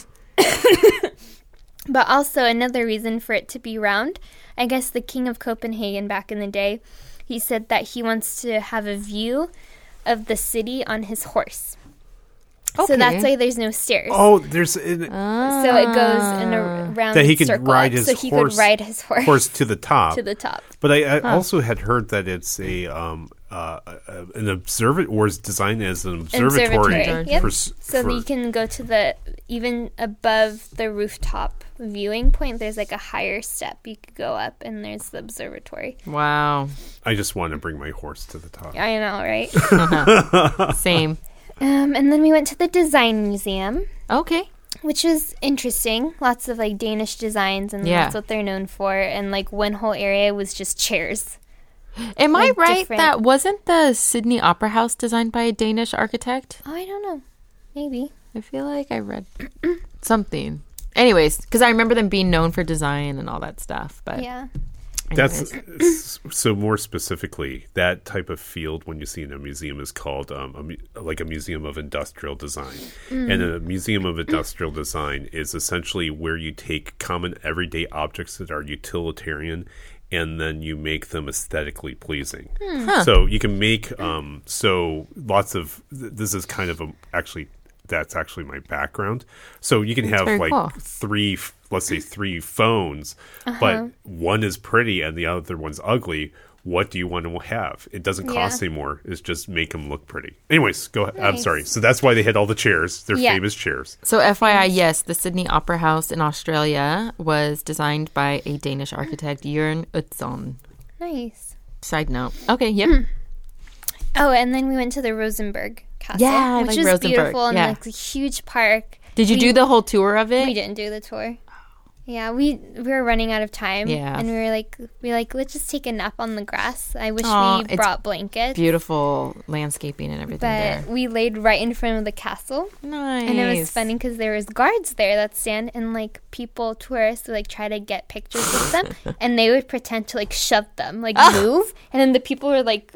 C: But also another reason for it to be round. I guess the king of Copenhagen back in the day, he said that he wants to have a view of the city on his horse. So that's
B: Okay.
C: why there's no stairs.
A: Oh, there's an
C: So it goes in
B: Ah.
C: a round
A: That he could
C: Ah, circle
A: ride
C: up,
A: his
C: so he
A: horse-
C: could ride his horse,
A: horse to the top.
C: to the top.
A: But I, I also had heard that it's a um uh a- a- an observatory or is designed as an observatory.
C: Observatory, yep.
A: for s-
C: So
A: for-
C: you can go to the even above the rooftop viewing point. There's like a higher step you could go up, and there's the observatory.
B: Wow.
A: I just want to bring my horse to the top.
C: I know, right?
B: Same.
C: um, and then we went to the design museum.
B: Okay.
C: which was interesting. Lots of like Danish designs, and
B: Yeah.
C: that's what they're known for. And like one whole area was just chairs.
B: Am I
C: Like
B: right
C: different-
B: that wasn't the Sydney Opera House designed by a Danish architect?
C: Oh, I don't know, maybe.
B: I feel like I read something. Anyways, because I remember them being known for design and all that stuff. But
C: Yeah,
A: That's s- so more specifically that type of field when you see in a museum is called um, a, mu- like a museum of industrial design, and a museum of industrial design is essentially where you take common everyday objects that are utilitarian. And then you make them aesthetically pleasing.
B: Hmm.
A: So you can make um, so lots of th- this is kind of a actually that's actually my background. So you can have
B: very
A: like
B: cool.
A: three f- let's say three phones
C: Uh-huh.
A: but one is pretty and the other one's ugly what do you want to have it doesn't cost anymore it's just make them look pretty anyways go ahead i'm
C: Nice.
A: sorry so that's why they had all the chairs they're
C: Yeah.
A: famous chairs
B: So, FYI, yes, the Sydney Opera House in Australia was designed by a Danish architect, Jørn Utzon.
C: nice.
B: Side note. Okay,
C: Hmm.
B: yep.
C: Oh, and then we went to the Rosenberg Castle,
B: Yeah, I
C: which
B: like
C: was
B: Rosenberg,
C: beautiful and
B: yeah.
C: like a huge park.
B: Did you
C: We-
B: do the whole tour of it?
C: We didn't do the tour. Yeah, we we were running out of time.
B: Oh. Yeah.
C: and we were like, we were like, let's just take a nap on the grass. I wish
B: Aw,
C: we
B: it's
C: brought blankets,
B: Beautiful landscaping and everything
C: but we laid right in front of the castle.
B: there. Nice.
C: And it was funny because there was guards there that stand and like people, tourists, would, like try to get pictures with them, and they would pretend to like shove them, like
B: Ah.
C: move, and then the people were like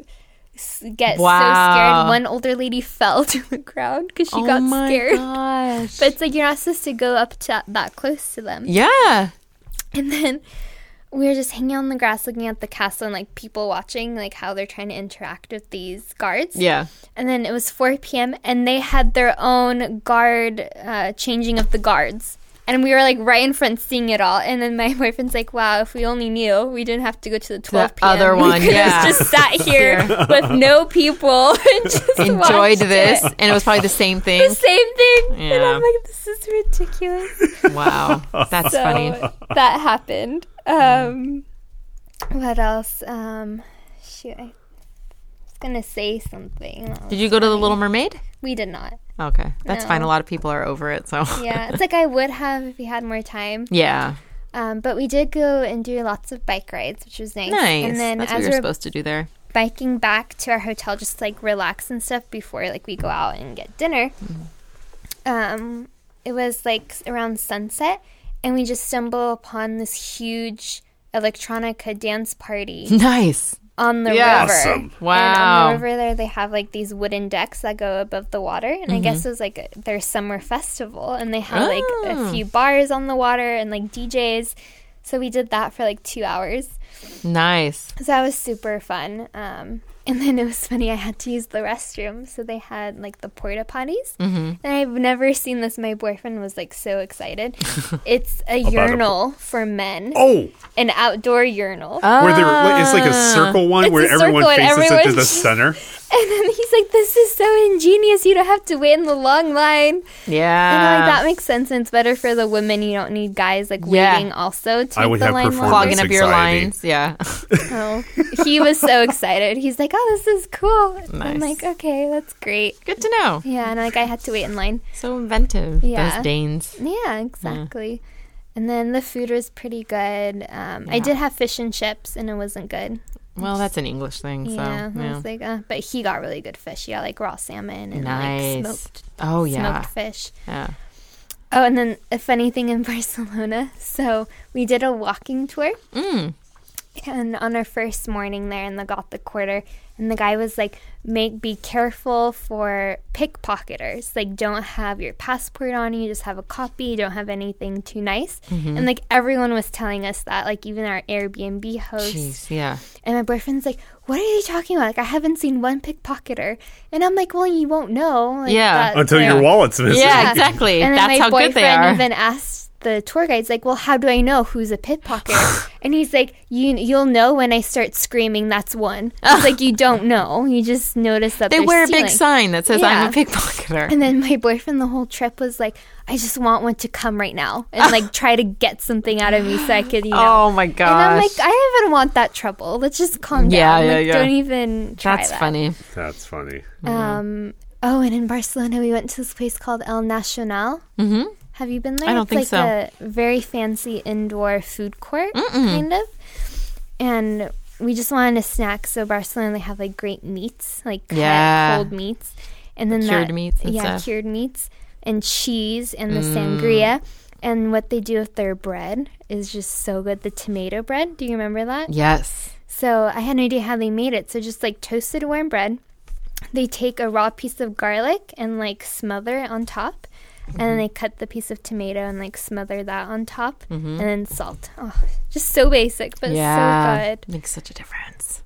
C: s- get so
B: Wow.
C: scared. One older lady fell to the ground because she
B: oh
C: got
B: my
C: scared.
B: Gosh.
C: But it's like you're not supposed to go up to that, that close to them.
B: yeah.
C: And then we were just hanging on the grass, looking at the castle, and like people watching, like how they're trying to interact with these guards.
B: Yeah.
C: And then it was 4 p.m. and they had their own guard uh, changing of the guards. And we were like right in front seeing it all. And then my boyfriend's like, wow, if we only knew, we didn't have to go to the 12 p.m.
B: other
C: We
B: one,
C: could've
B: yeah.
C: just sat here with no people and just
B: Enjoyed
C: watched
B: this.
C: it.
B: And it was probably the same thing.
C: The same thing. And
B: Yeah.
C: I'm like, this is ridiculous.
B: Wow. That's
C: So
B: funny.
C: that happened. Um, what else? Um, shoot, I was going to say something.
B: Did you go to the Little Mermaid?
C: We did not.
B: Okay. That's fine. A lot of people are over it, so.
C: yeah, it's like I would have if we had more time.
B: yeah.
C: Um, but we did go and do lots of bike rides, which was nice.
B: Nice.
C: And then
B: That's what
C: as
B: you're
C: we're
B: supposed to do there.
C: biking back to our hotel, just to, like relax and stuff before like we go out and get dinner.
B: Mm-hmm.
C: Um, it was like around sunset, and we just stumble upon this huge electronica dance party.
B: Nice.
C: on the
B: Yeah.
C: river.
A: Awesome.
C: And on
B: Wow.
C: the river there, they have like these wooden decks that go above the water, and I
B: Mm-hmm.
C: guess it was like a- their summer festival, and they had like
B: Oh.
C: a few bars on the water and like DJs. So we did that for like two hours.
B: Nice.
C: So that was super fun. Um, and then it was funny. I had to use the restroom, so they had like the porta potties, mm-hmm. and I've never seen this. My boyfriend was like so excited. it's a
A: a por-
C: urinal for men,
A: Oh,
C: an outdoor urinal.
A: where there like, it's like a circle one
C: Ah. It's
A: where
C: a
A: everyone
C: circle and
A: faces it to
C: everyone
A: the
C: just-
A: center.
C: And then he's like, "This is so ingenious. You don't have to wait in the long line." And I'm
B: Yeah.
C: like that makes sense. And it's better for the women. You don't need guys like
B: Yeah.
C: waiting also to
A: I
C: make
A: would
C: the
A: have
C: line
A: performance
B: Clogging
C: longer.
B: up your
A: anxiety.
B: lines. Yeah.
C: So he was so excited. He's like, "Oh, this is cool." I'm
B: Nice.
C: like, "Okay, that's great."
B: Good to know.
C: Yeah, and like I had to wait in line.
B: So inventive.
C: Yeah.
B: Those Danes.
C: Yeah, exactly. And then the food was pretty good. Um, I did have fish and chips, and it wasn't good.
B: Well, that's an English thing. So,
C: yeah,
B: yeah.
C: I was like, uh, but he got really good fish. He got like raw salmon and
B: Nice.
C: like smoked,
B: oh, yeah.
C: smoked fish.
B: Yeah.
C: Oh, and then a funny thing in Barcelona. So we did a walking tour.
B: Mm.
C: And on our first morning there in the Gothic Quarter, and the guy was like, "Make be careful for pickpocketers. Like, don't have your passport on you. Just have a copy. Don't have anything too nice."
B: Mm-hmm.
C: And like everyone was telling us that. Like even our Airbnb host.
B: Jeez. Yeah.
C: And my boyfriend's like, "What are you talking about? Like, I haven't seen one pickpocketer." And I'm like, "Well, you won't know." Like,
B: Yeah.
C: that
A: Until
C: they're-
A: your wallet's missing.
B: Yeah, exactly.
C: and then
B: That's
C: my
B: how
C: boyfriend
B: good they are.
C: even asked the tour guides, like, "Well, how do I know who's a pickpocket?" and he's like, "You you'll know when I start screaming. That's one." It's like you don't know. You just notice that
B: they
C: they're
B: wear a
C: stealing.
B: big sign that says, I'm
C: Yeah.
B: a pickpocketer.
C: And then my boyfriend the whole trip was like, "I just want one to come right now and like try to get something out of me so I could, you know."
B: oh, my
C: and I'm like,
B: gosh.
C: "I don't even want that trouble. Let's just calm
B: Yeah,
C: down.
B: yeah,
C: like,
B: yeah.
C: Don't even try
B: That's
C: that."
B: funny.
A: That's funny.
C: Um, oh, and in Barcelona, we went to this place called El Nacional. Mm-hmm. Have you been there?
B: I don't think
C: it's like a very fancy indoor food court, kind of. And we just wanted a snack, so Barcelona they have like great meats, like cut
B: Yeah.
C: cold meats, and then
B: Cured
C: that-
B: meats and
C: yeah,
B: stuff. Mm.
C: cured meats and cheese and the sangria. And what they do with their bread is just so good. The tomato bread, do you remember that?
B: Yes.
C: So I had no idea how they made it. So just like toasted warm bread, they take a raw piece of garlic and like smother it on top. And
B: Mm-hmm.
C: then they cut the piece of tomato and like smother that on top,
B: Mm-hmm.
C: and then salt. Oh, just so basic, but
B: yeah.
C: so good.
B: Makes such a difference.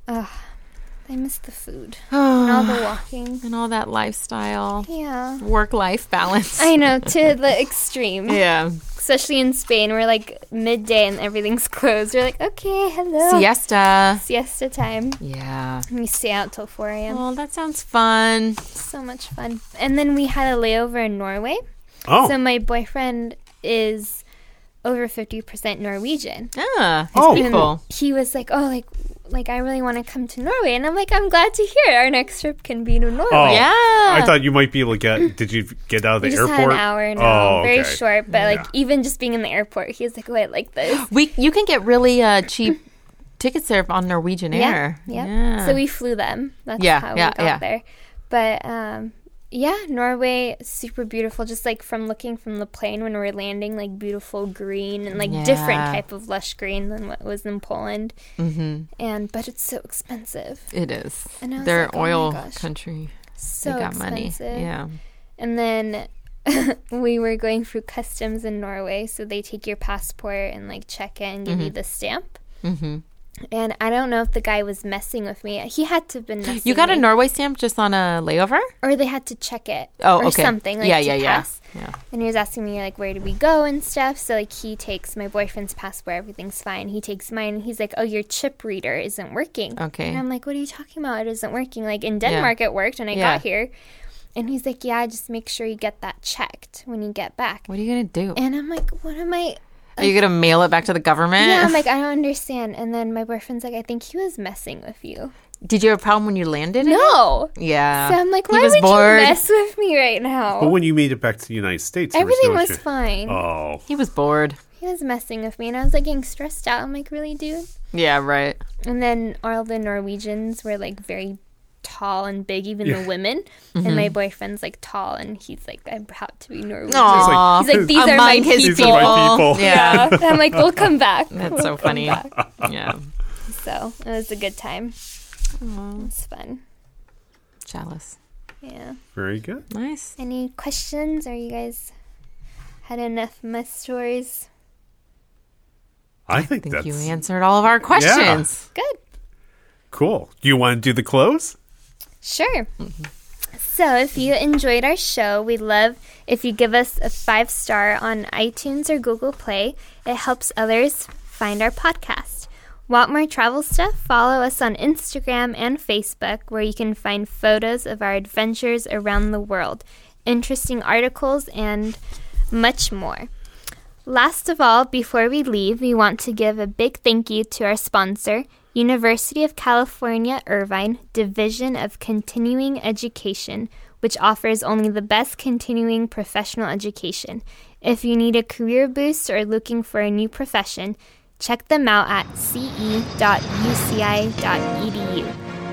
C: I miss the food and all
B: Oh,
C: the walking.
B: and all that lifestyle,
C: Yeah,
B: work life balance.
C: I know to the extreme,
B: yeah.
C: especially in Spain. We're like midday and everything's closed. We're like, okay, hello,
B: Siesta.
C: siesta time.
B: Yeah.
C: And we stay out till four a.m.
B: Oh, that sounds fun.
C: So much fun. And then we had a layover in Norway.
A: Oh,
C: So my boyfriend is over 50% Norwegian.
B: Ah,
A: Oh.
B: it's people.
C: He was like, "Oh, like like I really want to come to Norway." And I'm like, "I'm glad to hear our next trip can be to Norway."
A: Oh,
B: Yeah.
A: I thought you might be able to get. Did you get out of the
C: uh, We just
A: airport?
C: had an hour now,
A: Oh,
C: very
A: okay.
C: short, but like
A: Yeah.
C: even just being in the airport, he was like, "Oh, I like this."
B: we you can get really uh, cheap tickets there on Norwegian
C: Yeah,
B: Air.
C: yeah.
B: Yeah.
C: So we flew them. That's
B: Yeah,
C: how
B: yeah,
C: we got
B: yeah.
C: there. But um, yeah, Norway, super beautiful. Just like from looking from the plane when we were landing, like beautiful green and like different
B: Yeah.
C: type of lush green than what was in Poland.
B: hmm
C: And but it's so expensive.
B: It is.
C: And I was
B: They're
C: like, oh my
B: oil
C: gosh.
B: country.
C: So
B: they got
C: expensive.
B: money. Yeah.
C: And then we were going through customs in Norway, so they take your passport and like check it and give
B: Mm-hmm.
C: you the stamp.
B: hmm
C: And I don't know if the guy was messing with me. He had to have been messing
B: You got a
C: with me.
B: Norway stamp just on a layover?
C: or they had to check it
B: Oh,
C: or
B: okay.
C: something like
B: yeah,
C: to
B: yeah, yeah,
C: pass.
B: yeah.
C: and he was asking me like where do we go and stuff so like he takes my boyfriend's passport everything's fine he takes mine and he's like oh your chip reader isn't working
B: Okay.
C: and i'm like what are you talking about it isn't working like in denmark it worked when i
B: Yeah.
C: got here and he's like yeah just make sure you get that checked when you get back
B: What are you going to do?
C: and i'm like what am i
B: Are you going to mail it back to the government?
C: yeah, oh I'm like, I don't understand. And then my boyfriend's like, I think he was messing with you.
B: Did you have a problem when you landed? in it?
C: No.
B: Yeah.
C: So I'm like,
B: He
C: why
B: was
C: would
B: bored.
C: you mess with me right now?
A: But when you made it back to the United States, there
C: Everything
A: no
C: was
A: issue.
C: fine.
A: Oh,
B: He was bored.
C: He was messing with me, and I was like getting stressed out. I'm like, really, dude?
B: Yeah, right.
C: And then all the Norwegians were like very tall and big, even the women.
B: Mm-hmm.
C: And my boyfriend's like tall, and he's like, I'm proud to be Norwegian.
B: Aw.
A: Aw.
C: He's like, these are my
B: Among his
C: people.
A: These are my people.
B: Yeah.
C: Yeah. And I'm like, we'll come back.
B: That's so funny. yeah.
C: So it was a good time. It was fun.
B: Jealous.
C: Yeah.
A: Very good.
B: Nice.
C: Any questions? Are you guys had enough mess stories?
A: I think,
B: I think
A: that's
B: you answered all of our questions.
C: Good.
A: cool. Do you want to do the close?
C: Sure. So, if you enjoyed our show, we love if you give us a five star on iTunes or Google Play. It helps others find our podcast. Want more travel stuff? Follow us on Instagram and Facebook, where you can find photos of our adventures around the world, interesting articles, and much more. Last of all, before we leave, we want to give a big thank you to our sponsor, University of California Irvine Division of Continuing Education, which offers only the best continuing professional education. If you need a career boost or looking for a new profession, check them out at e ce.uci.edu.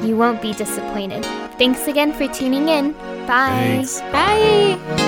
C: You won't be disappointed. Thanks again for tuning in. Bye.
A: Thanks.
C: Bye.